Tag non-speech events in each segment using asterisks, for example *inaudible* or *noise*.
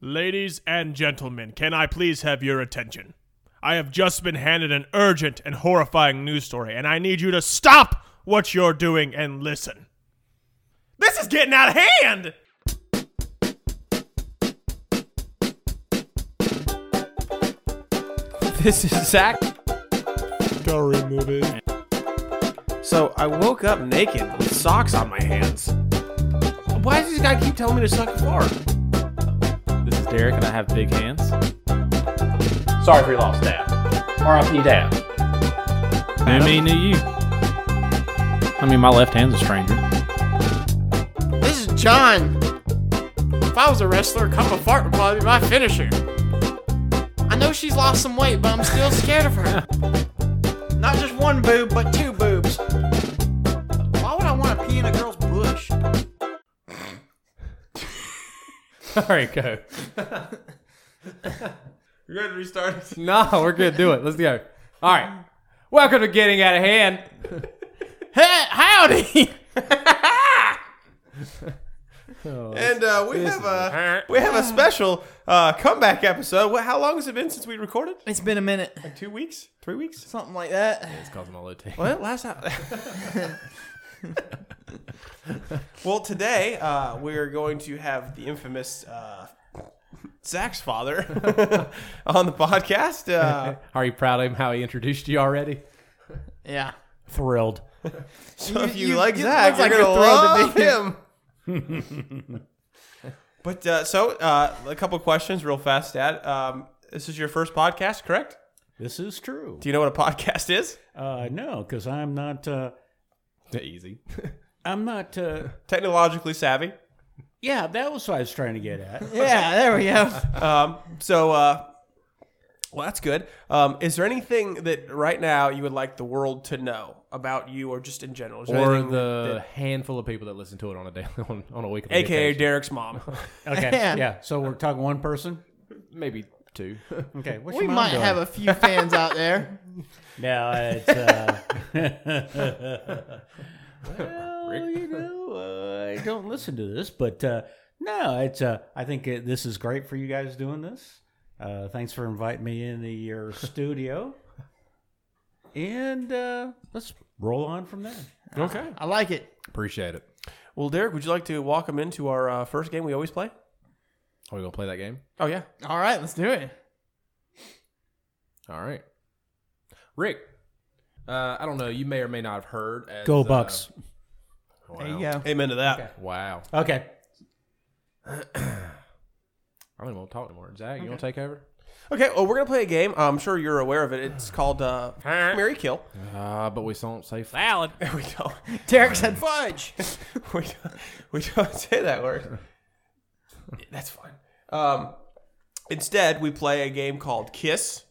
Ladies and gentlemen, can I please have your attention? I have just been handed an urgent and horrifying news story, and I need you to stop what you're doing and listen. This is getting out of hand! This is Zach. Go remove it. So I woke up naked with socks on my hands. Why does this guy keep telling me to suck hard? This is Derek, and I have big hands. Sorry for your loss, Dad. RIP, Dad. I mean, you. I mean, my left hand's a stranger. This is John. If I was a wrestler, a cup of fart would probably be my finisher. I know she's lost some weight, but I'm still scared of her. Not just one boob, but two boobs. Why would I want to pee in a girl's bush? All right, go. You ready to restart it? No, we're good. Do it. Let's go. All right. Welcome to Getting Out of Hand. Hey, howdy! *laughs* And uh, we have a we have a special uh, comeback episode. Well, how long has it been since we recorded? It's been a minute, Like two weeks, three weeks? something like that. It's Cosmolite. Well, last time. *laughs* well, today uh, we are going to have the infamous uh, Zach's father *laughs* on the podcast. Uh, Are you proud of him? How he introduced you already? Yeah. Thrilled. so if you, you- like you- Zach, looks like you're gonna you're love thrilled to be him. *laughs* but uh, so uh, a couple questions, real fast, Dad. Um, this is your first podcast, correct? This is true. Do you know what a podcast is? Uh, no, because I'm not. Uh, Easy. I'm not. Uh, Technologically savvy. yeah, that was what I was trying to get at. Yeah, there we go. So, uh, well, that's good. Um, is there anything that right now you would like the world to know about you, or just in general, Is there Or anything the handful of people that listen to it on a day, *laughs* on, on a weekly that- aka occasion. Derek's *laughs* mom? Okay. Yeah. yeah. So we're talking one person. maybe two. *laughs* Okay. What's We your mom might doing? have a few fans out there. No, it's. Uh, *laughs* well, you know, uh, I don't listen to this, but uh, no, it's. Uh, I think uh this is great for you guys doing this. Uh, thanks for inviting me into your studio, and uh, let's roll on from there. okay. I like it. Appreciate it. Well, Derek, would you like to walk him into our uh, first game we always play? Are we gonna play that game? Oh yeah. All right, let's do it. All right. Rick, uh, I don't know. You may or may not have heard. As, Go uh, Bucks. wow. There you go. Amen to that. Wow. Uh, Okay. I don't even want to talk anymore. Zach, you want to take over? Okay. Well, we're gonna play a game. I'm sure you're aware of it. It's called uh, Mary Kill. *laughs* Uh, but we don't say salad. we don't. Derek said fudge. *laughs* we don't, we don't say that word. That's fine. Um, instead, we play a game called Kiss,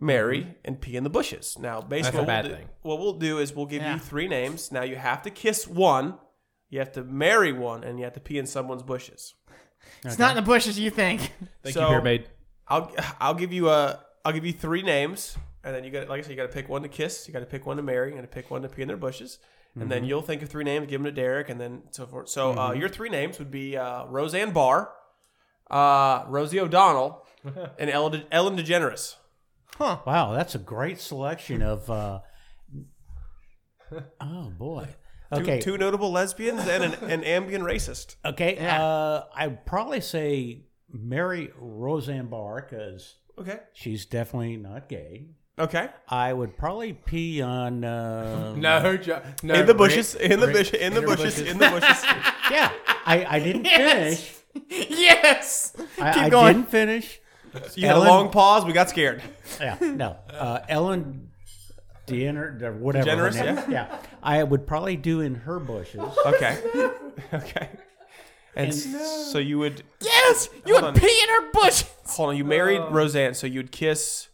Marry, and Pee in the Bushes. Now, Mm-hmm. That's a basically, what, bad we'll do, thing. what we'll do is we'll give Yeah. you three names. Now, you have to kiss one, you have to marry one, and you have to pee in someone's bushes. It's not in the bushes you think. *laughs* Thank So- you, Pyramid. I'll I'll give you a I'll give you three names, and then you got like I said, you got to pick one to kiss, you got to pick one to marry, you got to pick one to pee in their bushes, and then you'll think of three names, give them to Derek, and then so forth. So uh, your three names would be uh, Roseanne Barr, uh, Rosie O'Donnell, and Ellen, De- Ellen DeGeneres. Wow, that's a great selection of. Uh, oh boy. Two, Okay. two notable lesbians and an, an ambient racist. Okay. Yeah. Uh, I'd probably say Mary Roseanne Barr because Okay. she's definitely not gay. Okay. I would probably pee on. Uh, *laughs* No, jo- no. In the bushes. Rick- In the Rick- bushes. In the bushes. In the bushes. *laughs* Yeah, I, I didn't finish. yes. I, I going. didn't finish. You had a Ellen- long pause. We got scared. Yeah, no. Uh, Ellen Diener, or whatever. her DeGeneres, name- yeah. I would probably do in her bushes. Okay. *laughs* okay. And, so you would Yes. You would on. pee in her bushes. Hold on, you married Roseanne, so you'd kiss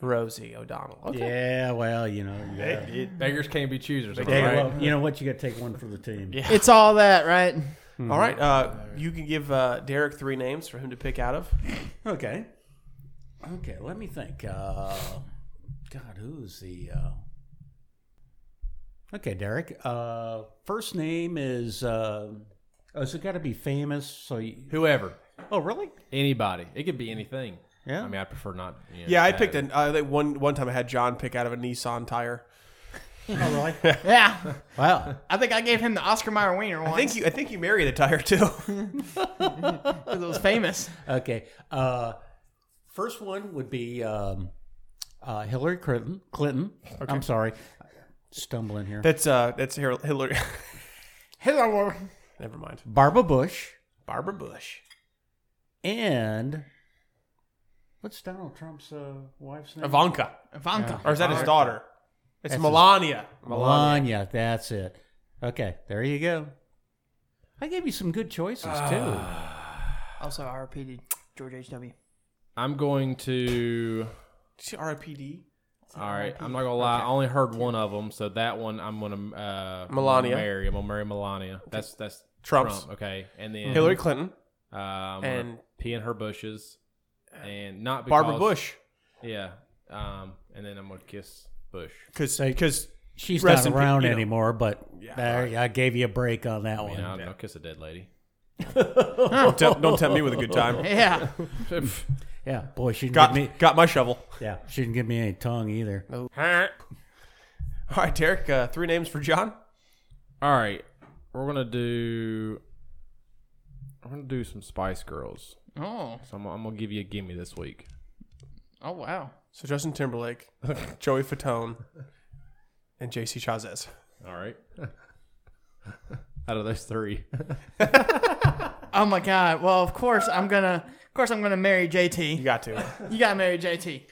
Rosie O'Donnell. Okay. Yeah, well, you know, yeah. Beggars can't be choosers. am I Hey, right? well, you know what? You got to take one for the team. Yeah. It's all that, right? All right. Uh, you can give uh, Derek three names for him to pick out of. Okay. Okay, let me think. Uh, God, who's the. Uh... Okay, Derek. Uh, first name is. Uh... Oh, so got to be famous. So you... Whoever. Oh, really? Anybody. It could be anything. Yeah. I mean, I prefer not. you know, Yeah, I to picked have an. I think one one time I had John pick out of a Nissan tire. Oh, really? Yeah. *laughs* wow. I think I gave him the Oscar Mayer wiener one. I think you. I think you married a tire too. it was famous. Okay. Uh, first one would be um, uh, Hillary Clinton. Clinton. I'm sorry. Stumbling here. that's uh. That's Hil- Hillary. *laughs* Hello. Never mind. Barbara Bush Barbara Bush. and what's Donald Trump's uh, wife's name? Ivanka. Ivanka. Or is that his daughter? It's That's his- Melania. Melania. That's it. Okay. There you go. I gave you some good choices too. Also RP to George H.W. I'm going to. Did you see RIPD? All right, I'm not gonna lie. I only heard one of them, so that one I'm gonna uh, Melania. Marry. I'm gonna marry Melania. That's that's Trump's. Trump. Okay, and then Hillary Clinton. uh, I'm gonna And- pee in her bushes, and not because, Barbara Bush. Yeah, um, and then I'm gonna kiss Bush. Because uh, She's Rest not in pe- around you know. anymore, but there, I gave you a break on that You one. know, I'm gonna kiss a dead lady. *laughs* don't, tempt, don't tempt me with a good *laughs* time. *laughs* Yeah. Yeah, boy, she didn't Got give me. got my shovel. Yeah, she didn't give me any tongue either. All right, Derek. Uh, three names for John. All right, we're gonna do. I'm gonna do some Spice Girls. Oh. So I'm, I'm gonna give you a gimme this week. Oh wow. So Justin Timberlake, Joey Fatone, and J.C. Chazes. All right. *laughs* Out of those three, *laughs* Oh my god. Well, of course I'm gonna. Of course I'm gonna marry You JT. got to. You gotta marry JT.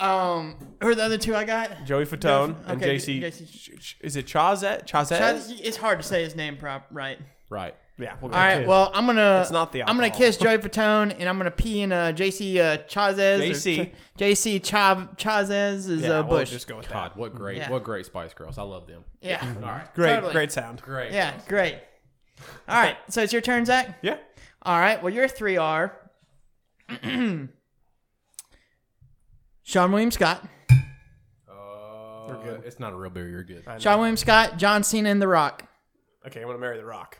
Um, who are the other two I got? Joey Fatone and Okay, J.C. J.C. Ch- Ch- Is it Chazes? Chazes? It's hard to say his name prop right. right? Yeah. We'll go. All right. Well, I'm gonna. It's not the I'm gonna alcohol. kiss Joey Fatone, and I'm gonna pee in uh, JC uh, Chazes. or JC. Ch- JC Chav Chazes is Yeah, uh, we'll Bush. just go with that. God, what great, Mm-hmm. Yeah. what great Spice Girls. I love them. yeah. All right, Great, Totally. great sound. great. Yeah. Great. All right. So it's your turn, Zach. Yeah. All right. Well, your three are *clears throat* Sean William Scott, Uh, It's not a real beer. You're good. Sean William Scott, John Cena, and The Rock. Okay, I'm gonna marry The Rock.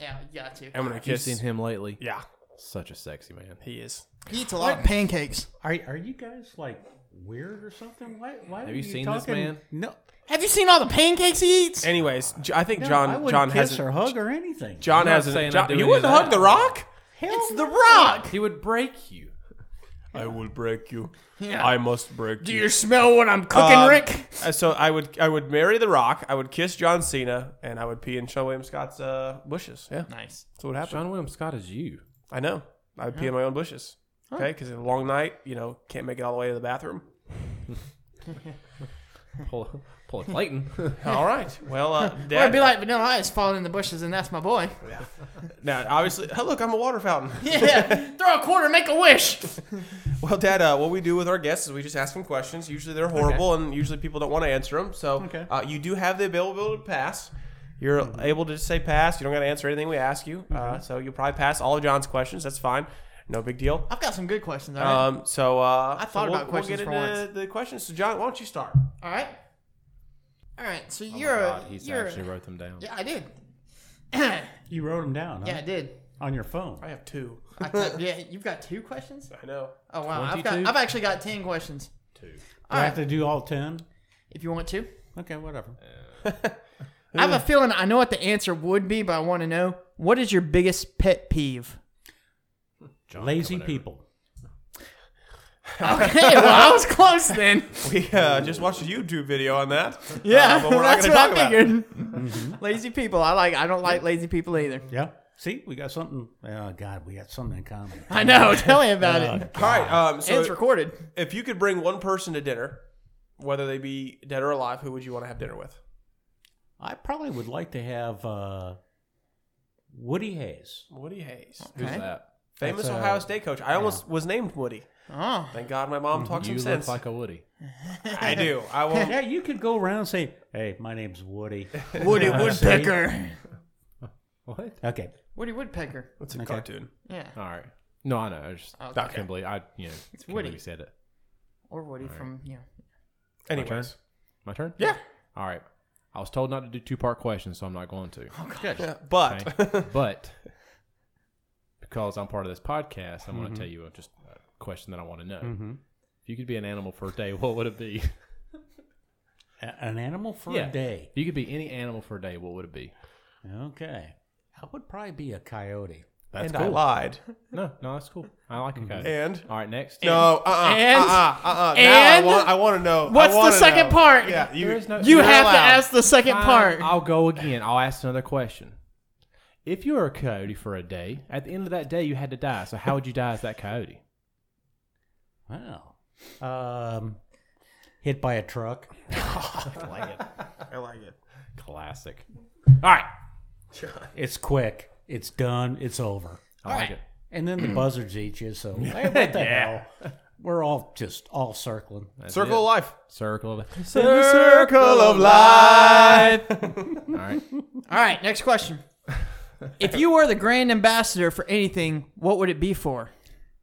Yeah, you got to. I'm gonna You've kiss. seen him lately. Yeah, Such a sexy man. he is. He eats a lot of pancakes. Are are you guys like weird or something? Why? Why Have are you seen this man? No, Have you seen all the pancakes he eats? Anyways, J- I think no, I John wouldn't John kiss has or hug or anything. John I'm not has saying a, I'd John, do You any wouldn't of that. hug The Rock. It's The Rock. He would break you. I will break you. Yeah. I must break Do you smell what I'm cooking, Um, Rick? Uh, So I would I would marry The Rock. I would kiss John Cena, and I would pee in Sean William Scott's uh, bushes. Yeah, Nice. that's what happened. John William Scott is you. I know. I would pee in my own bushes. Okay, because in a long night, you know, can't make it all the way to the bathroom. Pull, *laughs* pull a Clayton. *laughs* All right. Well, *laughs* uh, Or Dad. it'd be like Vanilla Ice falling in the bushes, and that's my boy. *laughs* now, obviously, oh, look, I'm a water *laughs* fountain. Yeah, throw a quarter, make a wish. Well, Dad, uh, what we do with our guests is we just ask them questions. Usually they're horrible, and usually people don't want to answer them. So Okay. uh, you do have the availability to pass. You're able to just say pass. You don't got to answer anything we ask you. Uh, so you'll probably pass all of John's questions. That's fine. No big deal. I've got some good questions. All right. Um, so uh, I so thought we'll, about questions we'll for get into once. the questions. So John, why don't you start? all right. All right. So you're God, a. he's You're, actually wrote them down. yeah, I did. *coughs* Um, yeah, You wrote him down. huh? I did. on your phone. I have two. *laughs* I typed, yeah, you've got two questions. *laughs* I know. Oh wow, I've got. 22? I've actually got ten questions. Do I have to do all ten? If you want to, Okay, whatever. I have a feeling I know what the answer would be, but I want to know what is your biggest pet peeve. Lazy people. *laughs* Okay, well I was close then. *laughs* We uh, just watched a YouTube video on that. *laughs* Yeah, Uh, but we're not that's going to what talk I about it. *laughs* figured. lazy people. I like. I don't like lazy people either. Yeah. See, we got something. Oh God, we got something in common. I *laughs* know. Tell me about it. All right. Um, so And it's recorded. if you could bring one person to dinner, whether they be dead or alive, who would you want to have dinner with? I probably would like to have uh, Woody Hayes. Woody Hayes, Who's Okay. that? famous That's, uh, Ohio State coach. I almost was named Woody. Oh, Thank God my mom talks You some look sense. like a Woody. I do. I will. Yeah, you could go around and say, "Hey, my name's Woody." *laughs* *laughs* *laughs* Woody Woodpecker. What? Okay. Woody Woodpecker. It's a cartoon. Yeah, All right. No, I know. I just Okay. I can't believe I you know it's Oh. Woody. Believe you said it. or Woody from you know. Anyways, My turn. Yeah. All right. I was told not to do *laughs* Oh, two part questions, so I'm not going to. but But because I'm part of this podcast, I'm Mm-hmm. going to tell you a, just a question that I want to know. If you could be an animal for a day, what would it be? A- an animal for Yeah. a day. If you could be any animal for a day, what would it be? Okay. I would probably be a coyote. That's *laughs* and I lied. No, no, that's cool. I like it. guys. Mm-hmm. And all right, next. no, uh, uh-uh, And- uh, uh, uh, uh. Now I and- want, I want to know. I What's the wanna second know. part? Yeah, you. There is no- You You're have to allowed. ask the second Fine, part. I'll go again. I'll ask another question. If you were a coyote for a day, at the end of that day, you had to die. So how would you die as that coyote? Wow. Um, hit by a truck. *laughs* *laughs* I like it. Classic. All right. It's quick. It's done. It's over. I like it. And then the *clears throat* buzzards eat you. So hey, *laughs* what the hell? We're all just all circling. Circle of life. Circle of Circle of life. All right. All right, next question. if you were the grand ambassador for anything, what would it be for?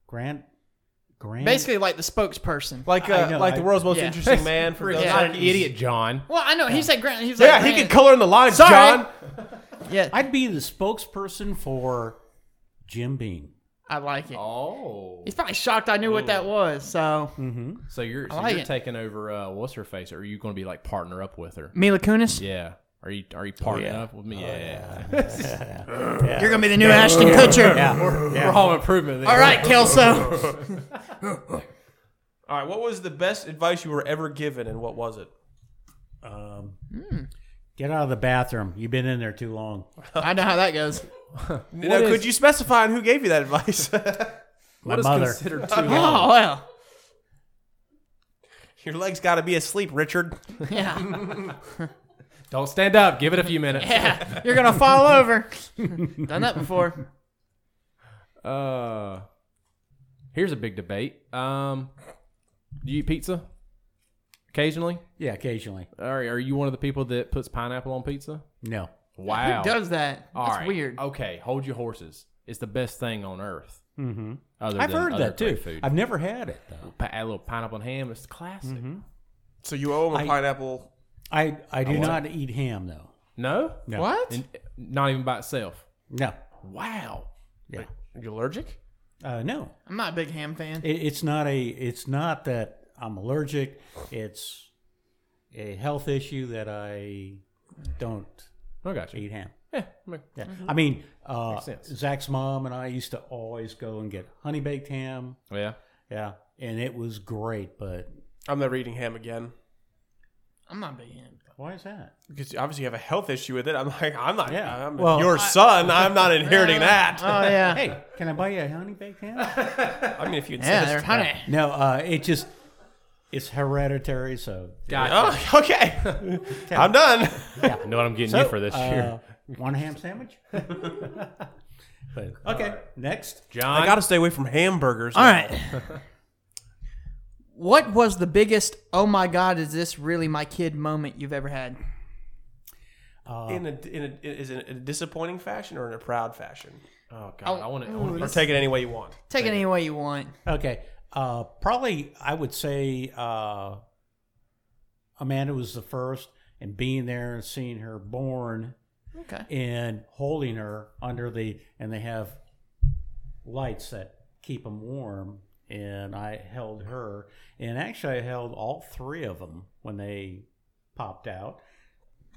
Grant. Grant. Basically, like the spokesperson. Like I uh, know, like I- the world's most yeah. interesting man for Yeah. yeah. Not an idiot, John. Well, I know he said grand. He was Yeah, like, he grand- could color in the lines, Sorry. John. *laughs* Yeah, I, I'd be the spokesperson for Jim Beam. like it. Oh. He's probably shocked I knew what that was. So So you're, so like you're it. taking over uh, what's her face? Are you going to be like partner up with her? Mila Kunis, Yeah. Are you are you partnering up with Oh, me? *laughs* yeah. you're gonna be the new Ashton Kutcher. We're home improvement. All right, Kelso. All right, what was the best advice you were ever given, and what was it? Um, Get out of the bathroom. You've been in there too long. I know how that goes. Now, could you specify on who gave you that advice? *laughs* My mother. considered too Oh well, Your legs got to be asleep, Richard. yeah, Don't stand up. Give it a few minutes. yeah. You're gonna fall over. Done that before. Uh, here's a big debate. Um, do you eat pizza occasionally? yeah, occasionally. Or are you one of the people that puts pineapple on pizza? No. Wow. Who does that? All That's right. weird. Okay, hold your horses. It's the best thing on earth. Mm-hmm. Other I've than heard other that too. great Food. I've never had it though. Pa- a little pineapple and ham. It's classic. Mm-hmm. So you owe him a pineapple. I I do not eat ham though. No, No. What? And- not even by itself. No. Wow. Yeah. You allergic? Uh, no. I'm not a big ham fan. It, it's not a. It's not that I'm allergic. It's a health issue that I don't I got you. eat ham. Yeah. I mean, Yeah. I mean, uh, sense. Zach's mom and I used to always go and get honey baked ham. Oh, yeah. Yeah, and it was great. But I'm never eating ham again I'm not a big ham. fan. why is that? because obviously you have a health issue with it. I'm like, I'm not. Yeah. I'm Well, your son. I'm not inheriting that. Oh yeah. Hey, *laughs* can I buy you a honey baked *laughs* ham? I mean, if you Yeah, insist. they're *laughs* honey. no, uh, it just it's hereditary. So Oh, okay. I'm done. I know what I'm getting you for uh, this year. One Uh, ham sandwich. *laughs* *laughs* but, okay, next. I got to stay away from hamburgers. All right. *laughs* what was the biggest "Oh my God, is this really my kid" moment you've ever had? In a, in a, is it a disappointing fashion or in a proud fashion? Oh god, I want to. Or take it any way you want. Take it any way you want. Okay, uh, probably I would say uh, Amanda was the first, and being there and seeing her born Okay. and holding her under the and they have lights that keep them warm and i held her and actually i held all three of them when they popped out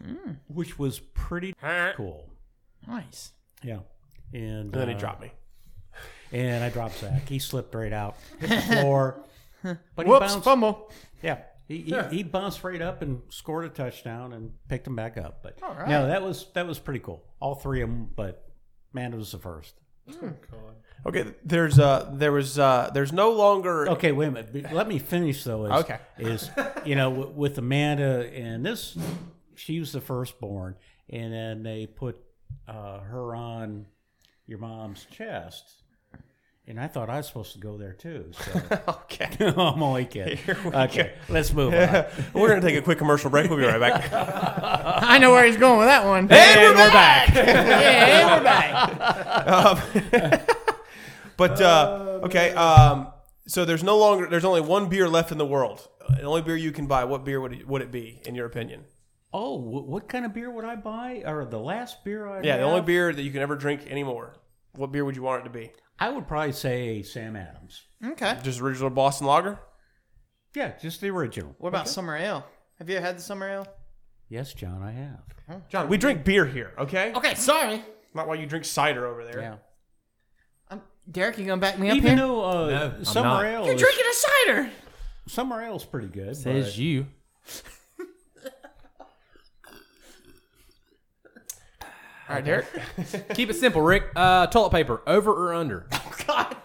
Hmm. which was pretty cool Nice. yeah and, And then he uh, dropped me. and i dropped zach he slipped right out to the *laughs* floor but he Whoops, bounced fumble. yeah he, he, he bounced right up and scored a touchdown and picked him back up but All right. no that was that was pretty cool all three of them but man it was the first Okay, there's uh there was uh there's no longer Okay, wait a minute. Be- Let me finish though. Is, Okay. Is you know w- with Amanda and this, she was the firstborn, and then they put uh, her on your mom's chest, and I thought I was supposed to go there too. So *laughs* Okay. *laughs* I'm only kidding. Okay, let's move on. We're gonna take a quick commercial break. We'll be right back. *laughs* I know where he's going with that one. *laughs* we're back. yeah, and we're back. Um, *laughs* But uh, okay, um, so there's no longer there's only one beer left in the world. Uh, The only beer you can buy. What beer would it, would it be in your opinion? Oh, wh- what kind of beer would I buy? Or the last beer I Yeah, the have? only beer that you can ever drink anymore. what beer would you want it to be? I would probably say a Sam Adams. Okay. Just original Boston Lager. Yeah, just the original. What about summer ale? Have you ever had the summer ale? Yes, John, I have. John, we drink beer here, okay? Okay, sorry. Not while you drink cider over there. Yeah. I'm, Derek, you gonna back me up Even here? though uh, I'm not. summer ale, You're is, drinking a cider. summer ale's pretty good. Says but- you. All right, *laughs* Derek. Keep it simple, Rick. Uh, toilet paper, over or under? God,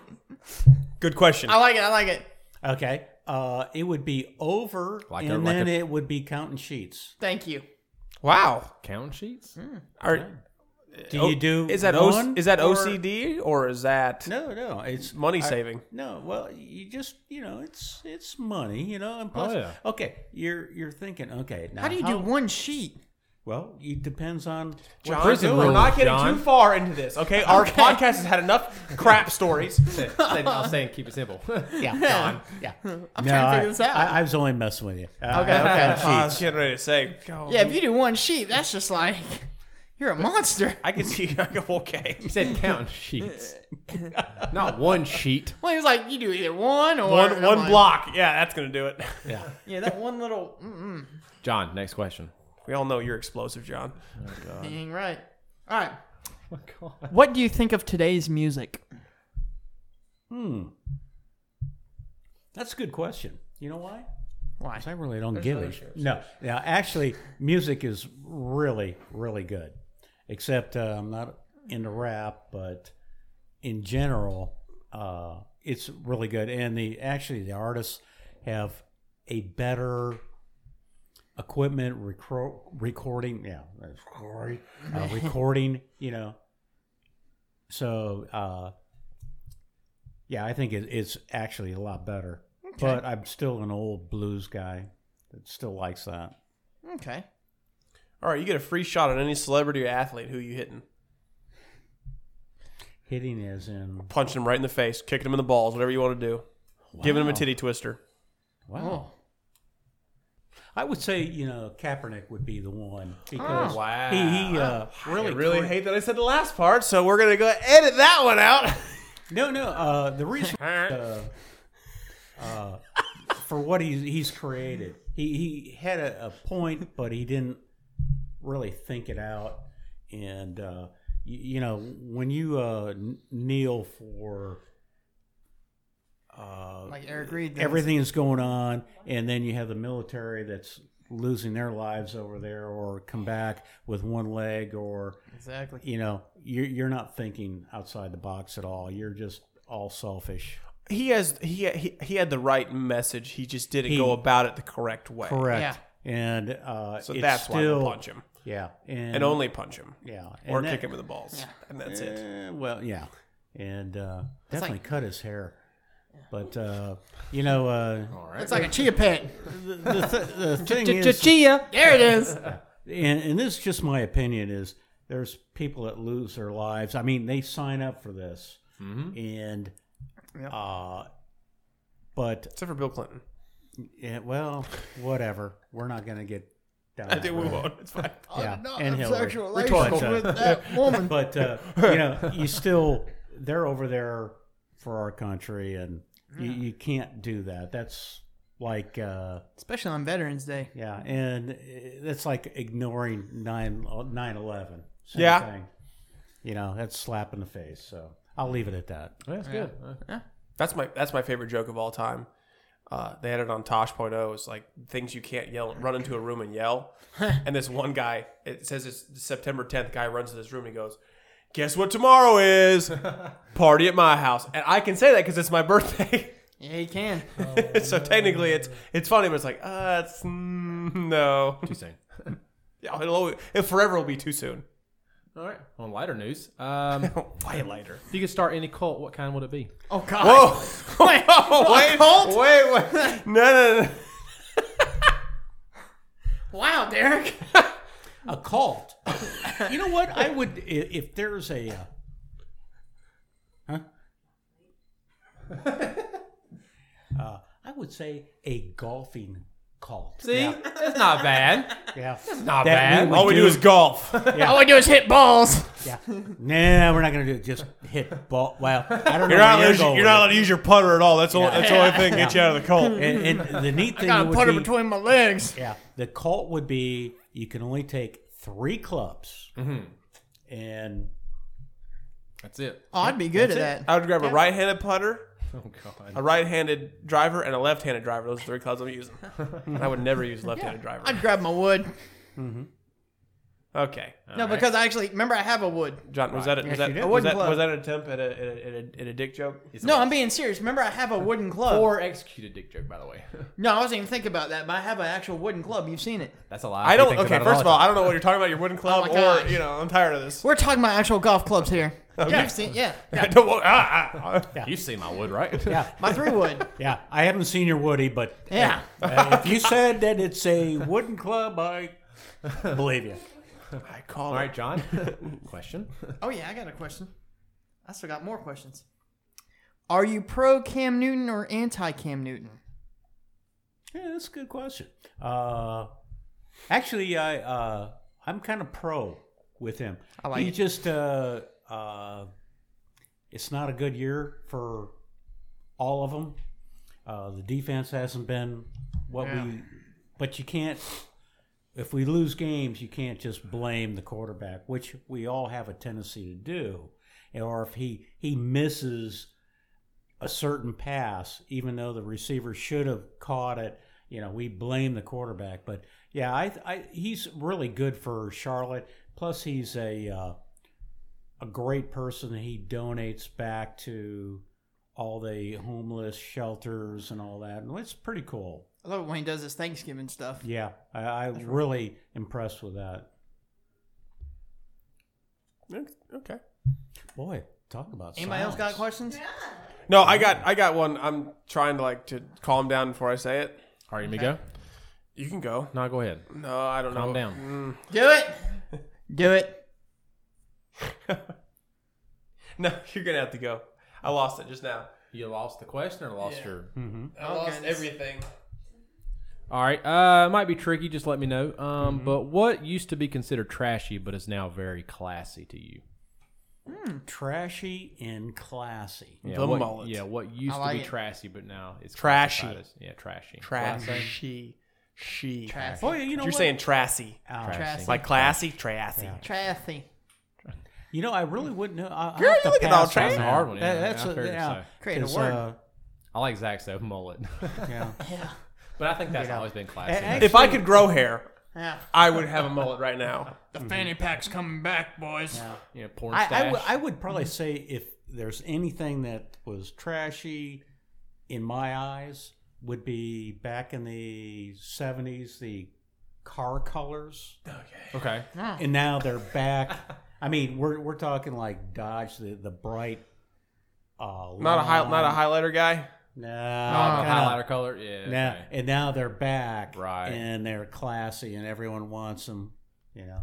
Good question. I like it. I like it. Okay. Uh, it would be over, Like a- and like then a- it would be counting sheets. Thank you. wow. Count sheets? Are, Do you do? Oh, is that one o- is that or- OCD or is that No, no. It's money I- saving? no, well, you just you know, it's it's money, you know, and plus, yeah. okay, you're you're thinking, okay, now How do you do one sheet? Well, it depends on John, prison we're rules, not getting John. too far into this, okay? Our podcast has had enough crap stories. I was saying keep it simple. *laughs* yeah, John, yeah. I'm trying to figure this out. I, I was only messing with you. Uh, Okay, okay. I was getting ready to say, Yeah, if you do one sheet, that's just like you're a monster. *laughs* I can see. *laughs* I go, okay. You said count sheets, not one sheet. Well, he was like, you do either one or One and I'm one like, block. Yeah, that's gonna do it. *laughs* Yeah, that one little mm, John, next question. We all know you're explosive, John. thing, right? All right. Oh my God. What do you think of today's music? That's a good question. You know why? Why? 'Cause I really don't give a shit. No, now actually, music is really, really good. Except uh, I'm not into rap, but in general, uh, it's really good. And the actually the artists have a better equipment recro- recording. Yeah, that's great. Uh, recording. You know, so uh, yeah, I think it, it's actually a lot better. But I'm still an old blues guy that still likes that. Okay. All right, you get a free shot on any celebrity or athlete. Who you hitting? Hitting is in Punching them right in the face, kicking them in the balls, whatever you want to do. Giving them a Wow. titty twister. Wow. I would say you know Kaepernick would be the one because Wow. he, he uh, really really hate that I said the last part, so we're gonna go eh, edit that one out. no no uh, the reason *laughs* uh, uh, for what he's he's created he he had a, a point but he didn't really think it out and uh, you, you know when you uh, n- kneel for uh, Like Eric Reed. does. everything is going on, and then you have the military that's losing their lives over there, or come back with one leg, or Exactly. you know, you're you're not thinking outside the box at all. You're just all selfish. he has he, he he had the right message. He just didn't He- go about it the correct way. Correct. And uh, So it's that's still, why we punch him Yeah, and, and only punch him yeah, or and that- kick him in the balls, and that's it. Eh, well, yeah, and uh, definitely cut his hair. But uh, you know, uh, It's like a chia pet. the, th- the thing is, Chia. There it is. and, and this is just my opinion is there's people that lose their lives i mean they sign up for this Mm-hmm. and uh but Except for Bill Clinton. yeah, well whatever we're not gonna get down I that think we road. won't. It's fine. yeah Not and have Hillary. Oh, sexual relations But, with uh, that woman. but uh, you know you still they're over there for our country and you, Mm. you can't do that that's like uh Especially on Veterans Day. yeah and uh, that's like ignoring 9 9/11 Same Yeah. thing. you know that's slap in the face so i'll leave it at that That's good. *laughs* That's my that's my favorite joke of all time. Uh, they had it on Tosh.0. It's like things you can't yell. Run into a room and yell. and this one guy, it says it's September 10th. Guy runs to this room and he goes, "Guess what tomorrow is? Party at my house." And I can say that because it's my birthday. Yeah, you *laughs* can. *laughs* so technically, it's it's funny, but it's like, uh, it's mm, no. Too soon. *laughs* Yeah, it'll always, it forever will be too soon. All right. On lighter news, *laughs* um, *laughs* if Way later. you could start any cult, what kind would it be? Oh God. Oh, wait, cult? wait, wait, *laughs* no, no, no. Wow, Derek. *laughs* a cult *coughs* you know what i would i- if there's a uh, huh *laughs* uh, i would say a golfing called. See, it's not bad. *laughs* Yeah. That Not bad. we All we do is *laughs* golf. All we do is hit balls. Yeah. no, we're not gonna do it. Just hit ball. Well, I don't know. *laughs* You're not, where losing- going you're not allowed with to use your putter at all. That's the only, that's the only thing that gets you out of the cold. it. And, and *laughs* the neat thing Got a would putter be, between my legs. yeah, the cult would be you can only take three clubs, and That's it. Oh, I'd be good at that. I would grab a right-handed putter, Oh god. a right-handed driver, and a left-handed driver. Those are three clubs I'm using. And I would never use a left-handed driver. I'd grab my wood. Okay, no, because I actually remember I have a wood. John, was that a, was Yes, that, you did. was, Wooden that club. was that an attempt at a at a, at a, at a dick joke? No, I'm being serious. Remember I have a wooden club. Or executed dick joke, by the way. No, I wasn't even thinking about that, but I have an actual wooden club. You've seen it. That's a lie. I He don't. thinks Okay, about it first of the all, time. I don't know what you're talking about. Your wooden club, Oh my or gosh. you know, I'm tired of this. We're talking about actual golf clubs here. Yeah. You've seen, yeah. *laughs* I don't want- ah, ah, ah. you've seen my wood, right? yeah, My three wood. yeah. I haven't seen your Woody, but Yeah. uh, if you said that it's a wooden club, I believe you. I call All it. *laughs* right, John. Question. Oh yeah, I got a question. I still got more questions. Are you pro Cam Newton or anti Cam Newton? Yeah, that's a good question. Uh, actually, I uh, I'm kind of pro with him. I like he it. just uh, uh, it's not a good year for all of them. Uh, the defense hasn't been what we, but you can't. If we lose games, you can't just blame the quarterback, which we all have a tendency to do. Or if he he misses a certain pass, even though the receiver should have caught it. You know, we blame the quarterback, but yeah, I, I he's really good for Charlotte. Plus, he's a uh, a great person. He donates back to all the homeless shelters and all that, and it's pretty cool. I love it when he does his Thanksgiving stuff. Yeah, I, I'm really impressed with that. Okay. Boy, talk about Anybody else got silence. questions? No, I got I got one. I'm trying to like to calm down before I say it. All right, you may go. You can go. No, go ahead. No, I don't Calm know. Mm-hmm. down. Do it. Do it. *laughs* No, you're gonna have to go. I lost it just now. You lost the question or lost your. I lost everything. All right. Uh, it might be tricky. Just let me know. Mm-hmm. Um, but what used to be considered trashy, but is now very classy to you? Trashy and classy. Yeah, The what, mullet. Yeah, what used I to like be it. trashy, but now it's Trashy. classified as- Yeah, trashy. Trashy. She. Trashy. Boy, you know You're what? saying trassy. Ouch. Trashy. Like classy, trassy. Trashy. You know, I really wouldn't know. I, Girl, I have you to look at all pass trans- on that. That's a hard one, That- yeah. that's I a, figured yeah. so. Create a 'Cause, word. uh, I like Zach's though mullet, yeah. but I think that's always been classy. A- If I could grow hair, Yeah. I would have a mullet right now. The fanny pack's coming back, boys. you know, porn I, I, stash. Mm-hmm. w- I would probably say if there's anything that was trashy in my eyes would be back in the 70s the car colors okay. and now they're back i mean we're, we're talking like dodge the, the bright uh Not a high, not a highlighter guy. no Oh, highlighter color. Yeah. okay. and now they're back Right. and they're classy and everyone wants them you know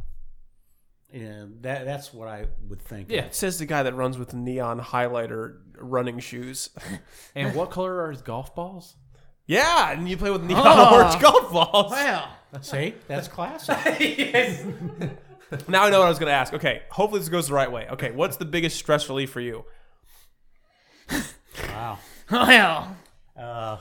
and that that's what i would think Yeah. It says the guy that runs with neon highlighter running shoes. *laughs* And what color are his golf balls? yeah, and you play with neon *laughs* Oh. orange golf balls. Well, see *laughs* that's classic Now I know what I was going to ask. Okay, hopefully this goes the right way. Okay, what's the biggest stress relief for you? wow well. Uh,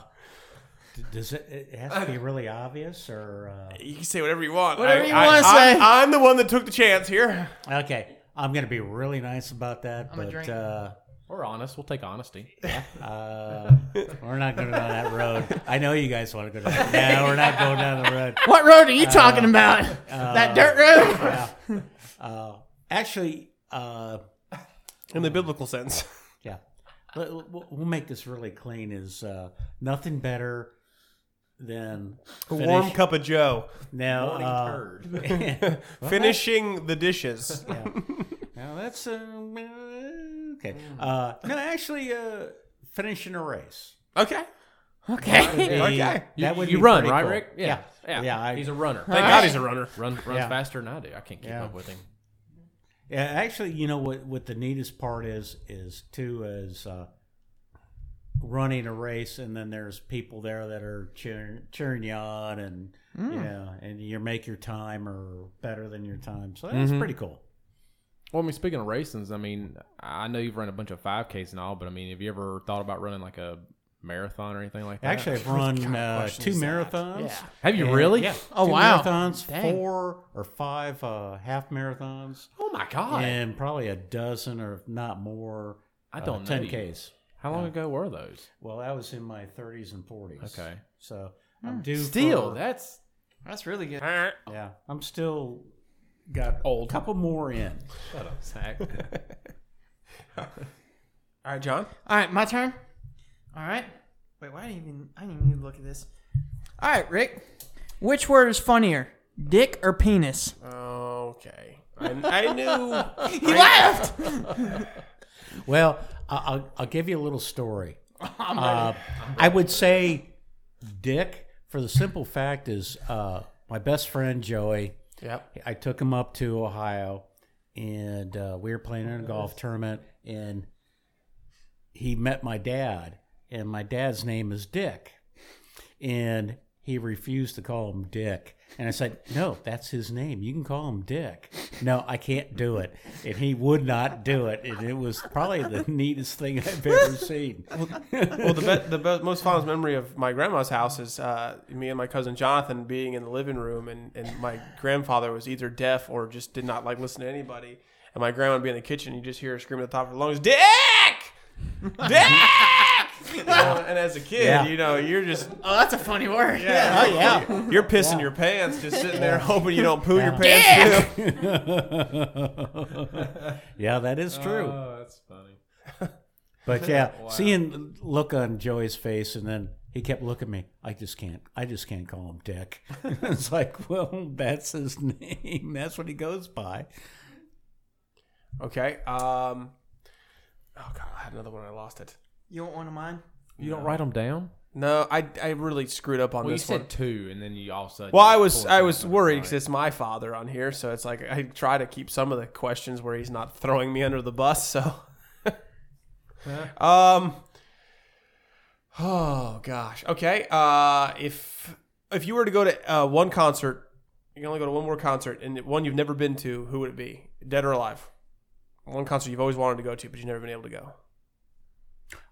d- does it? It has to be really obvious, or You can say whatever you want. Whatever you I, wanna I, say. I, am the one that took the chance here. uh, okay. I'm gonna be really nice about that, a but drink. uh, We're honest. We'll take honesty. *laughs* uh, we're not going down that road. I know you guys want to go down. *laughs* No, we're not going down the road. What road are you Uh, talking about? that dirt road? Uh, actually, uh, In the biblical sense. yeah, Let- we'll we'll make this really clean. Is uh, nothing better than A warm cup of joe. now? Uh, Turd. Finishing the *laughs* dishes. now that's uh, Mm. okay. Uh, no, actually, uh, finishing a race. Okay. Okay. Okay. That You- would you be run pretty right, cool. Rick? Yeah. Yeah. Yeah. Yeah, I- He's a runner. Thank God he's a runner. Run, runs Yeah. faster than I do. I can't keep Yeah. up with him. Yeah, actually, you know what? What the neatest part is is too is uh, running a race and then there's people there that are cheering, cheering you on and Hmm. you know and you make your time or better than your time so Mm-hmm. that's pretty cool Well, I mean, speaking of racings, I mean, I know you've run a bunch of 5Ks and all, but I mean, have you ever thought about running like a marathon or anything like that? actually *laughs* i've run uh, two marathons Yeah. have you really? yeah Oh, two wow. marathons Dang. four or five uh, half marathons Oh my god! and probably a dozen or if not more I don't uh, know you. 10ks How long ago were those? well that was in my 30s and 40s Okay. so Hmm. i'm due Still, for- that's That's really good. yeah i'm still got old couple more in Zach. All right, John. All right, my turn. All right. Wait, why didn't even I didn't even need to look at this. All right, Rick. Which word is funnier, dick or penis? Uh, Okay. I, I knew. He laughed. Well, I- I'll, I'll give you a little story. Uh, I would say Dick for the simple fact is uh, my best friend Joey. Yep. I took him up to Ohio, and uh, we were playing in a golf tournament, and he met my dad, and my dad's name is Dick, and he refused to call him Dick. And I said, "No, that's his name. You can call him Dick." No, I can't do it, and he would not do it. And it was probably the *laughs* neatest thing I've ever seen. *laughs* Well, the be- the be- most fondest memory of my grandma's house is uh, me and my cousin Jonathan being in the living room, and, and my grandfather was either deaf or just did not like listen to anybody, and my grandma would be in the kitchen, and you just hear her scream at the top of her lungs, *laughs* "Dick, Dick!" You know, and as a kid, Yeah. Oh, you know, you're just Oh, that's a funny word. yeah, yeah. you're pissing your pants, just sitting there hoping you don't poo your pants. too. yeah, that is true. Oh, that's funny. *laughs* But *laughs* yeah, seeing the look on Joey's face, and then he kept looking at me. I just can't. I just can't call him Dick. *laughs* it's like, well, that's his *laughs* name. That's what he goes by. Okay. Um. Oh god, I had another one. I lost it. You want one of mine? You don't write them down? No, I, I really screwed up on Well, you this said one. two, and then you all of a sudden. Well, you I was pulled I two was from worried behind. because it's my father on here, so it's like I try to keep some of the questions where he's not throwing me under the bus. So, *laughs* um, oh gosh, okay. Uh, if if you were to go to uh, one concert, you can only go to one more concert, and one you've never been to, who would it be, dead or alive? One concert you've always wanted to go to, but you've never been able to go.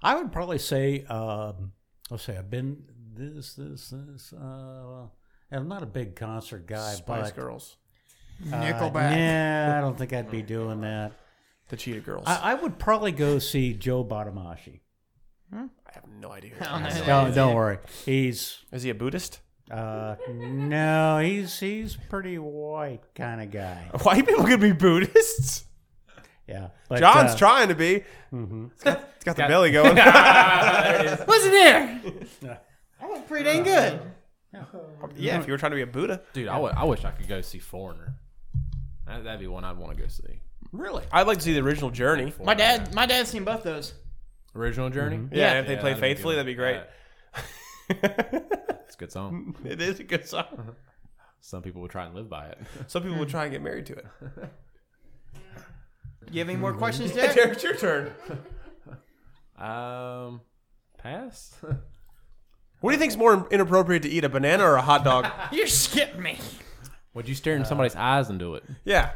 I would probably say, um, let's say I've been this, this, this. Uh, and I'm not a big concert guy, Spice but Girls, uh, Nickelback. yeah, I don't think I'd be doing that. the Cheetah Girls. I, I, I would probably go see Joe Botomashi. have no idea. I don't know. Don't, don't worry, he's Is he a Buddhist? *laughs* Uh, no, he's he's pretty white kind of guy. White people could be Buddhists. Yeah, but, John's uh, trying to be. It's got the belly going. What's in there? I look pretty dang good. *laughs* yeah, if you were trying to be a Buddha, Dude, I, w- I wish I could go see Foreigner. That, that'd be one I'd want to go see. really, I'd like to see the original Journey. My dad, my dad's seen both those. Original Journey? Yeah, if they Yeah, play that'd be faithfully, that'd good. be great. It's a good song. *laughs* it is a good song. Some people would try and live by it. Some people will try and get married to it. *laughs* You have any more questions, Jack? Jared, it's your turn. Um, pass. *laughs* What do you think's more inappropriate to eat, a banana or a hot dog? You skipped me. Would you stare into somebody's eyes and *laughs* do it? yeah.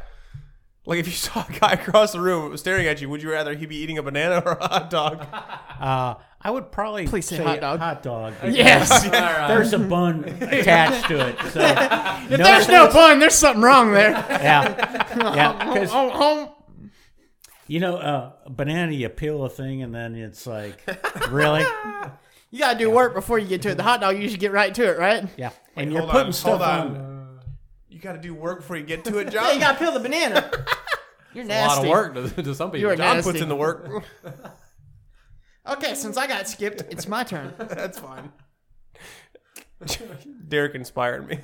Like if you saw a guy *laughs* across the room staring at you, would you rather he be eating a banana or a hot dog? uh, I would probably Please say say hot dog. Hot dog. Yes. There's a bun attached to it. So If there's no bun, there's something wrong there. yeah, yeah. 'cause, Oh, oh. you know, uh, banana, you peel a thing, and then it's like, really? *laughs* You gotta do work before you get to it. The hot dog, you should get right to it, right? Yeah, and you're hold putting on, hold stuff on. on. You got to do work before you get *laughs* to it, Yeah, you John. gotta peel the banana. You're A lot nasty. of work to, to some people. You're John nasty. puts in the work. Okay, since I got skipped, it's my *laughs* turn. *laughs* That's fine. Derek inspired me.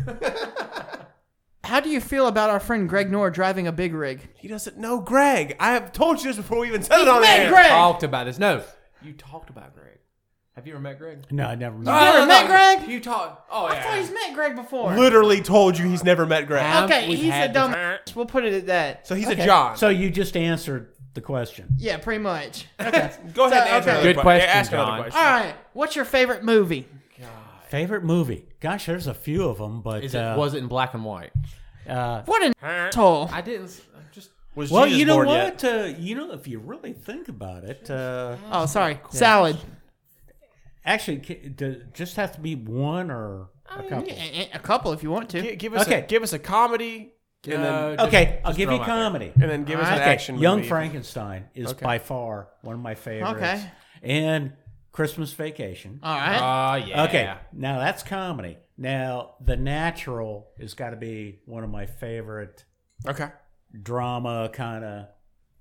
*laughs* How do you feel about our friend Greg Knorr driving a big rig? He doesn't know Greg. I have told you this before we even said it on the Hey, air. Oh, Greg! talked about this. No, you talked about Greg. Have you ever met Greg? Oh, No, I never. you Mind. ever met Greg? You talked. Oh I thought he's yeah. met Greg before. Literally told you *laughs* he's never met Greg. Have okay, we he's a had dumb. ass. We'll put it at that. So he's a John. So you just answered the question. Yeah, pretty much. Go ahead and So, answer okay. another Good que- question, Ask another John. question. All right. What's your favorite movie? Favorite movie? Gosh, there's a few of them, but Is uh, it was it in black and white? uh, What an asshole. I didn't. s- I'm Just Was well, Jesus you know born yet? what? Uh, you know, if you really think about it, uh, Oh, sorry. Salad. actually, ca- does it just have to be one or a couple. Eh, eh, A couple if you want to. Gi- Give us, Okay. a, give us a comedy and then, Okay, I'll give throw you 'em out there. comedy. and then give us an Okay, action Young movie. Frankenstein is by far one of my favorites. Okay. Oh, And Christmas Vacation. All right. Ah, yeah. Okay, now that's comedy. Now, The Natural has got to be one of my favorite Okay. drama kind of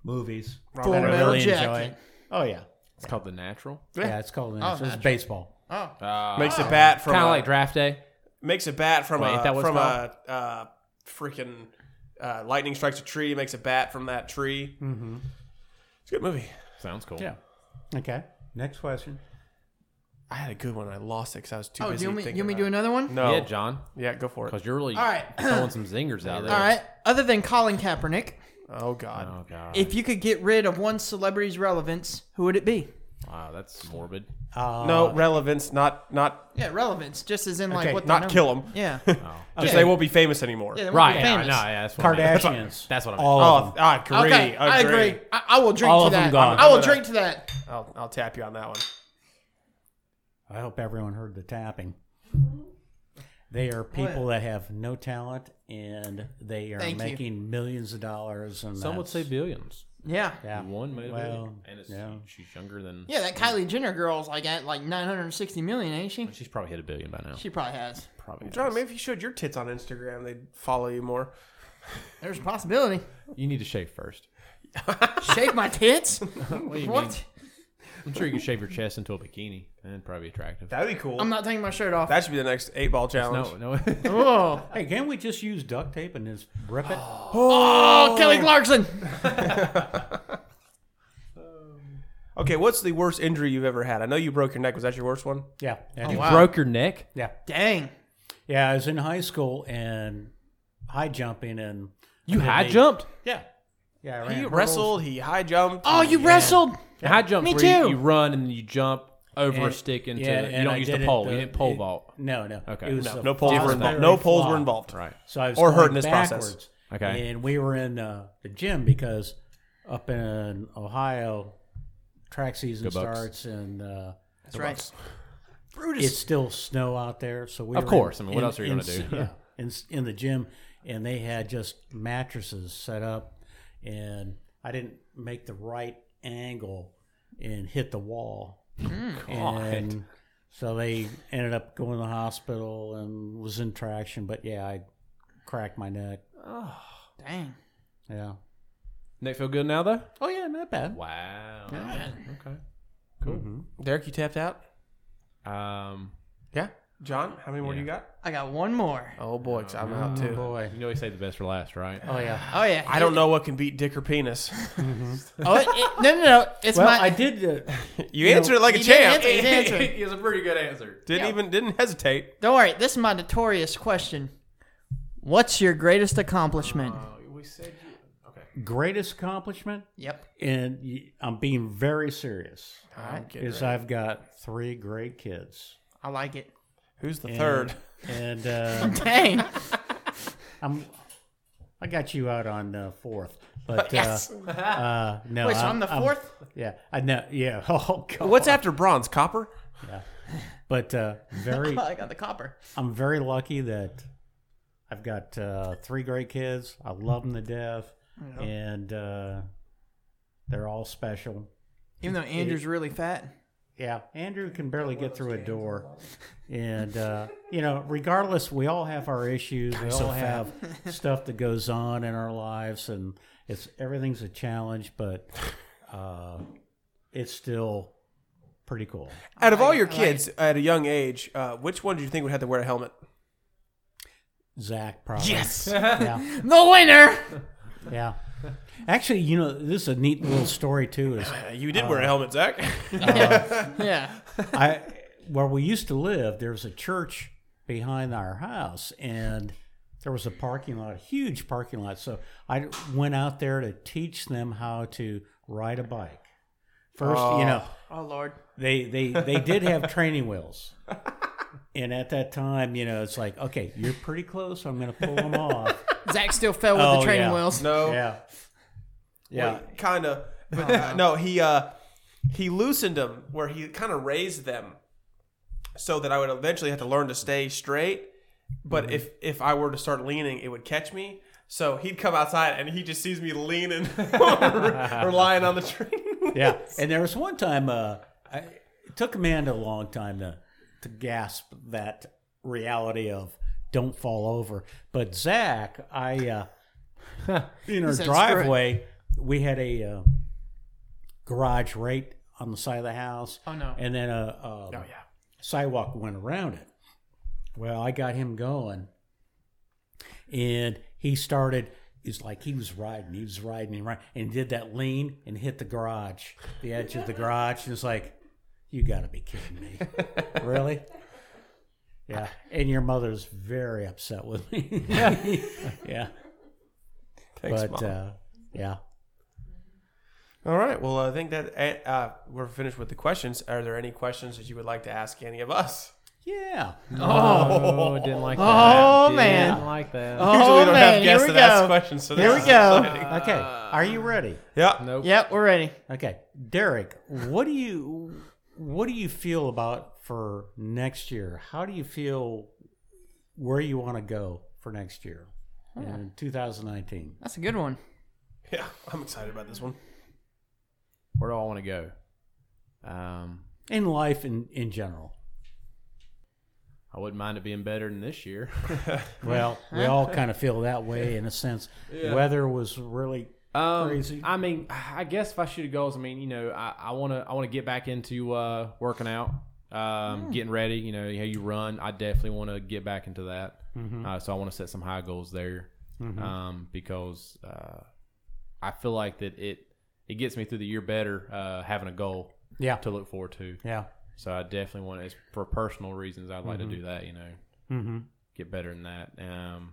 movies. Full that I Metal really Jacket. enjoy. Oh, yeah. It's called The Natural. Yeah, it's called The Natural. it's Natural. baseball. Uh, Makes a bat from kind a, of like draft day. makes a bat from Wait, a that was from called? a uh, freaking uh, lightning strikes a tree, makes a bat from that tree. Mm-hmm. It's a good movie. Sounds cool. Yeah. Okay. Next question. I had a good one. I lost it because I was too Oh, do busy you want me, thinking. you want me to do about another it. Mm. one? No. Yeah, Yeah, John, go for it. because you're really All right. throwing some zingers out there. Ah. All right. Other than Colin Kaepernick, Oh God. Oh god. if you could get rid of one celebrity's relevance, who would it be? wow, that's morbid. Uh, No relevance. Not not Yeah, relevance, just as in like Okay, what. not killing. kill them. Yeah. Just they won't be famous anymore. Yeah, they won't be Right. Yeah, famous. no, yeah, that's what I mean. Kardashians. That's what I meant. All of Oh, them. I agree. Okay, I agree. I, I will drink All to of them that. gone. I will I'm gonna- drink to that. I'll, I'll tap you on that one. I hope everyone heard the tapping. They are people that have no talent and they are Thank you. making millions of dollars. And Some would say that's- billions. Yeah. yeah. One maybe. Well, and it's, yeah. she's younger than. Yeah, that Kylie Jenner girl's like at like 960 million, ain't she? She's probably hit a billion by now. She probably has. probably. John, maybe if you showed your tits on Instagram, they'd follow you more. There's a possibility. You need to shave first. Shave my tits? what? I'm sure you can shave your chest into a bikini and probably attractive. That'd be cool. I'm not taking my shirt off. that should be the next eight ball challenge. no, *laughs* no. That's Oh, Hey, can't we just use duct tape and just *gasps* rip it? oh, Kelly Clarkson. Okay, what's the worst injury you've ever had? I know you broke your neck. Was that your worst one? Yeah. that is- Broke your neck. Yeah. Dang. Yeah. I was in high school and high jumping and. You I did high the- jumped. Yeah. Yeah. I ran He hurdles. wrestled. He high jumped. Oh, you wrestled. High jump. Me where you- too. You, run and you jump over a And- stick into. yeah, you and don't I use the did it pole. the- you didn't pole it- vault. No, no. Okay. It was No, a no poles were flat involved. lateral No poles were flop. involved. Right. So I was Or hurt going in this process. backwards. Okay. And we were in uh, the gym because up in Ohio, track season Go Bucks. starts and uh, That's right. it's still snow out there. So we Of were course. I mean, what else are you gonna in- do? yeah, in in the gym, and they had just mattresses set up, and I didn't make the right angle and hit the wall. And so they ended up going to the hospital and was in traction. But yeah, I cracked my neck. Dang. Yeah. Neck feel good now though. Oh yeah, not bad. Wow. Okay. Derek, you tapped out. Um. Yeah. John, how many more do you got? I got one more. Oh boy, i I'm out Mm-hmm. too. Boy. You know he saved the best for last, right? Oh yeah. Oh yeah. I don't know what can beat dick or penis. *laughs* Oh, it, it- no, no, no. It's Well, my. I did. Uh, You, answered it like a he didn't champ. answer, he Didn't, didn't answer. He has a pretty good answer. even *laughs* didn't hesitate. Don't worry. This is my notorious question. What's your greatest accomplishment? We said you. Okay. greatest accomplishment, Yep. and y- I'm being very serious, I'm kidding. is I've got three great kids. I like *laughs* it. Who's the And- *laughs* third? And uh, Dang. I'm. I got you out on uh, fourth, *laughs* but uh, uh, no. Wait, so I'm the fourth? yeah, I know. Yeah. *laughs* Oh God. What's after bronze? Copper? But uh, *laughs* very, I got the copper. I'm very lucky that I've got uh, three great kids. I love them to death, and uh, they're all special. Even though Andrew's really fat. Yeah, Andrew can barely get through a door, and uh, you know, regardless, we all have our issues. We all have *laughs* stuff that goes on in our lives, and it's everything's a challenge, but uh, it's still pretty cool. Out of all your kids at a young age, uh, which one do you think would have to wear a helmet? Zach, probably. Yes. Yeah. The *laughs* winner. yeah. Actually, you know, this is a neat little story too. Is Uh, You did Uh, wear a *laughs* helmet, Zach. Yeah. I where we used to live, there was a church behind our house, and there was a parking lot, a huge parking lot. So I went out there to teach them how to ride a bike. First, you know, Oh Lord. they they they did have training wheels and at that time you know it's like okay you're pretty close i'm gonna pull them off Zach still fell with Oh, the training yeah. wheels. No, yeah yeah kind of. Oh, But no, he uh, he loosened them where he kind of raised them, so that I would eventually have to learn to stay straight. But Mm-hmm. if if I were to start leaning, it would catch me. So he'd come outside and he just sees me leaning *laughs* *laughs* or lying on the train. *laughs* yeah *laughs* and there was one time uh I, it took amanda a long time to to gasp that reality of don't fall over but zach i uh in our said, "Screw it." driveway we had a uh, garage right on the side of the house Oh no. Oh, and then a, a sidewalk went around it. Well, I got him going, and he started. It's like he was riding, he was riding, and riding, and did that lean and hit the garage, the edge of the garage, and it's like, you got to be *laughs* kidding me, really? Yeah, and your mother's very upset with *laughs* me. *laughs* yeah, Thanks, but uh, yeah, uh, All right. Well, I think that uh, uh, we're finished with the questions. Are there any questions that you would like to ask any of us? *laughs* yeah. Oh, didn't like that. Oh, Didn't man. like *laughs* that. Usually we Oh don't man, have here guests we that ask go. questions. So Here this we is go. exciting. Okay, are you ready? Yeah. Nope. Yep, we're ready. Okay, Derek, what do you what do you feel about for next year? How do you feel where you want to go for next year in 2019? That's a good one. Yeah. I'm excited about this one. Where do I want to go? Um, In life in in general. I wouldn't mind it being better than this year. *laughs* Well, we all kind of feel that way in a sense. Weather was really Um, Crazy. I mean, I guess if I shoot a goals, I mean, you know, I, I wanna I wanna get back into uh, working out, um, getting ready. You know how you run. I definitely want to get back into that. Uh, so I want to set some high goals there, um, because uh, I feel like that it it gets me through the year better uh, having a goal yeah, to look forward to. yeah. So I definitely want to, for personal reasons, I'd like to do that. You know, Mm-hmm. get better in that. Um,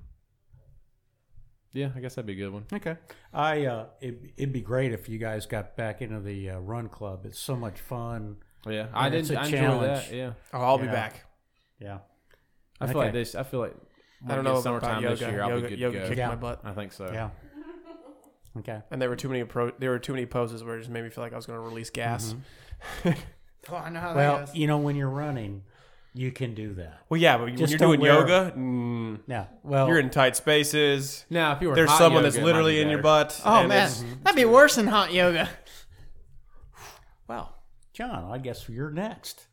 yeah, I guess that'd be a good one. Okay. I uh, it, it'd be great if you guys got back into the uh, run club. It's so much fun. Yeah, I And didn't. it's a I enjoy challenge. that. Yeah. Oh, I'll be Yeah. back. Yeah. I feel Okay. like this. I feel like I don't when it know gets if about summertime yoga. this year. I'll yoga be good yoga to go. kicked Yeah. my butt, I think so. *laughs* Yeah. Okay. and there were too many pro- there were too many poses where it just made me feel like I was going to release Mm-hmm. gas. Oh, I know how Well, you know when you're running, you can do that. Well, yeah, but Just when you're don't doing wear- yoga, mm, Yeah. Oh. Well, you're in tight spaces. Now, if you were There's hot someone yoga, that's it might literally be in your better. butt. Oh and man, it's- that'd be worse than hot yoga. Well, John, I guess you're next.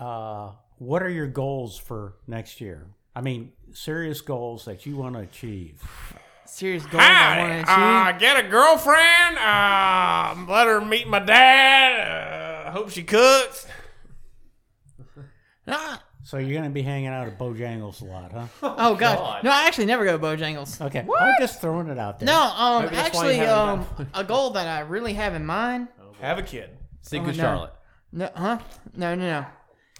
Uh, what are your goals for next year? I mean, serious goals that you want to achieve. Serious goal I want to achieve. Uh, get a girlfriend. Uh, let her meet my dad. Uh, hope she cooks. Nah. So you're going to be hanging out at Bojangles a lot, huh? Oh god. no, I actually never go to Bojangles. Okay. I'm just throwing it out there. No, um, Maybe that's why you actually, um, haven't a goal that I really have in mind. Have a kid. Seek Oh, no. with Charlotte. No, huh? No, no, no,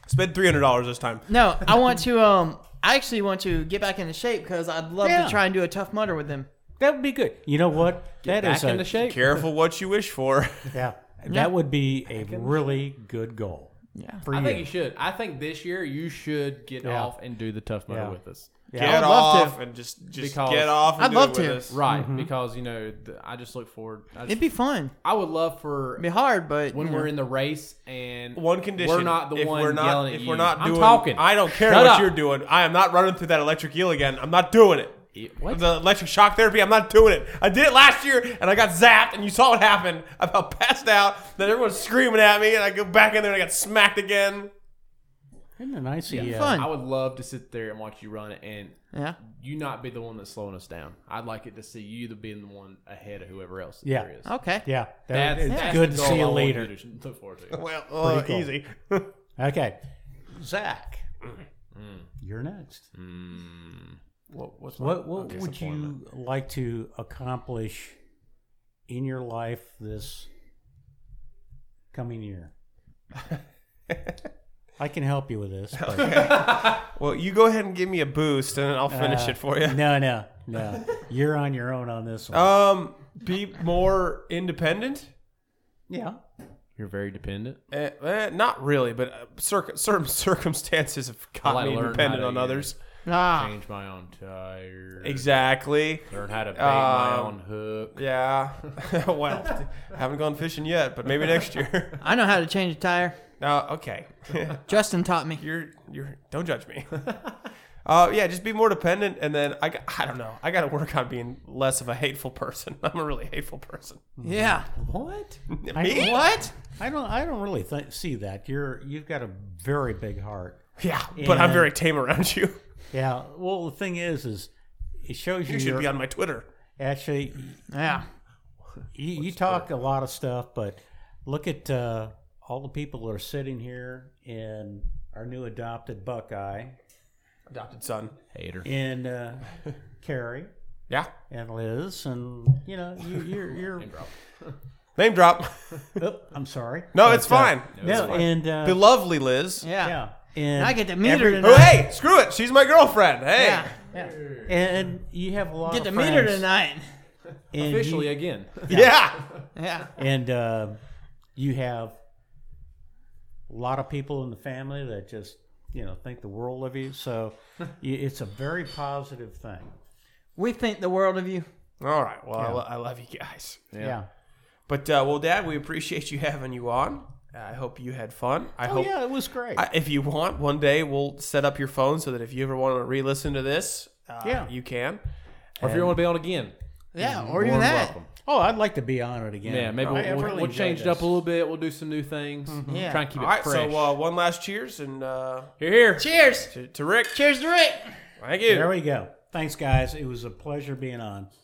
Spend three hundred dollars this time. no. I want to, um, I actually want to get back into shape because I'd love Yeah. to try and do a tough mudder with them. That would be good. You know what? That is Back into a, shape. Careful what you *laughs* wish for. yeah. That would be a really good goal. Yeah. For I you. think you should. I think this year you should get Yeah. off and do the tough mudder Yeah. with us. Get would love off and just just Because- get off. And I'd do love it with to. us. Right, because you know, th- I just look forward. I, It'd just, be fun. I would love for It'd be hard, but when you we're know. in the race and One condition: we're not the if one we're not, yelling at if you. we're not I'm doing, talking. I don't care Shut what up. you're doing. I am not running through that electric eel again. I'm not doing it. It- what? The electric shock therapy. I'm not doing it. I did it last year, and I got zapped, and you saw what happened. I about passed out. Then everyone's screaming at me, and I go back in there, and I got smacked again. Isn't it nice? Yeah. fun. I would love to sit there and watch you run it and yeah. you not be the one that's slowing us down. I'd like it to see you the being the one ahead of whoever else Yeah. there is. Okay. Yeah. That, That's, it's that's good the to goal see I you want later. to Look forward to. *laughs* Well, uh, Pretty cool. easy. Okay. Zach, you're next. Hmm. what, what's my- What what okay, would disappointment. you like to accomplish in your life *laughs* this coming year? I can help you with this. but- Well, you go ahead and give me a boost, and I'll finish Uh, it for you. *laughs* No, no, no. You're on your own on this one. Um, be more independent. yeah. You're very dependent. Eh, eh, not really, but uh, cir- certain *laughs* circumstances have Well, I got me learned dependent how to on use- others. Ah, Change my own tire. Exactly. Learn how to bait my Um, own hook. Yeah. *laughs* well, haven't gone fishing yet, but maybe next *laughs* year. I know how to change a tire. uh, okay. *laughs* Justin taught me. you're you're don't judge *laughs* me. Uh, yeah, just be more dependent, and then I, got, I don't know. I got to work on being less of a hateful person. *laughs* I'm a really hateful person. Yeah. What? Me? What? I don't. I don't really th- see that. You're. You've got a very big heart. Yeah, but I'm Yeah. very tame around *laughs* you. Yeah. Well, the thing is, is it shows you. You should your- be on my Twitter. actually, Yeah. you, you talk a lot of stuff, but look at uh, all the people that are sitting here in our new adopted *laughs* Buckeye, Adopted son. Hater. in uh, Carrie Yeah. and Liz, and you know, you, *laughs* you're. you're Name drop. *laughs* oh, I'm sorry. No, it's But, uh, fine. No, and uh, The lovely Liz. Yeah. yeah, and I get to meet her every- tonight. Oh, hey, screw it. She's my girlfriend. Oh, Hey. Yeah. And you have a lot. Get to of meet her friends, tonight. and you- Officially again. *laughs* Yeah. Yeah. and uh, you have a lot of people in the family that just you know think the world of you so y- it's a very positive thing We think the world of you. All right. Well, I, lo- I love you guys. yeah, But, uh, well, Dad, we appreciate you having you on. Uh, I hope you had fun. I oh hope. yeah it was great I, if you want, one day we'll set up your phone so that if you ever want to re-listen to this, uh, Yeah. you can. Or if you want to be on again, Yeah. Or even warm that. welcome. oh i'd like to be on it again Yeah, I- maybe I we'll, we'll, really Mm-hmm. we'll enjoyed change it up this. a little bit. We'll do some new things. Yeah. Try and keep it All right. fresh. So, uh, one last cheers and uh, here, here. Cheers. to, to Rick. Cheers to Rick. Thank you. there we go thanks guys it was a pleasure being on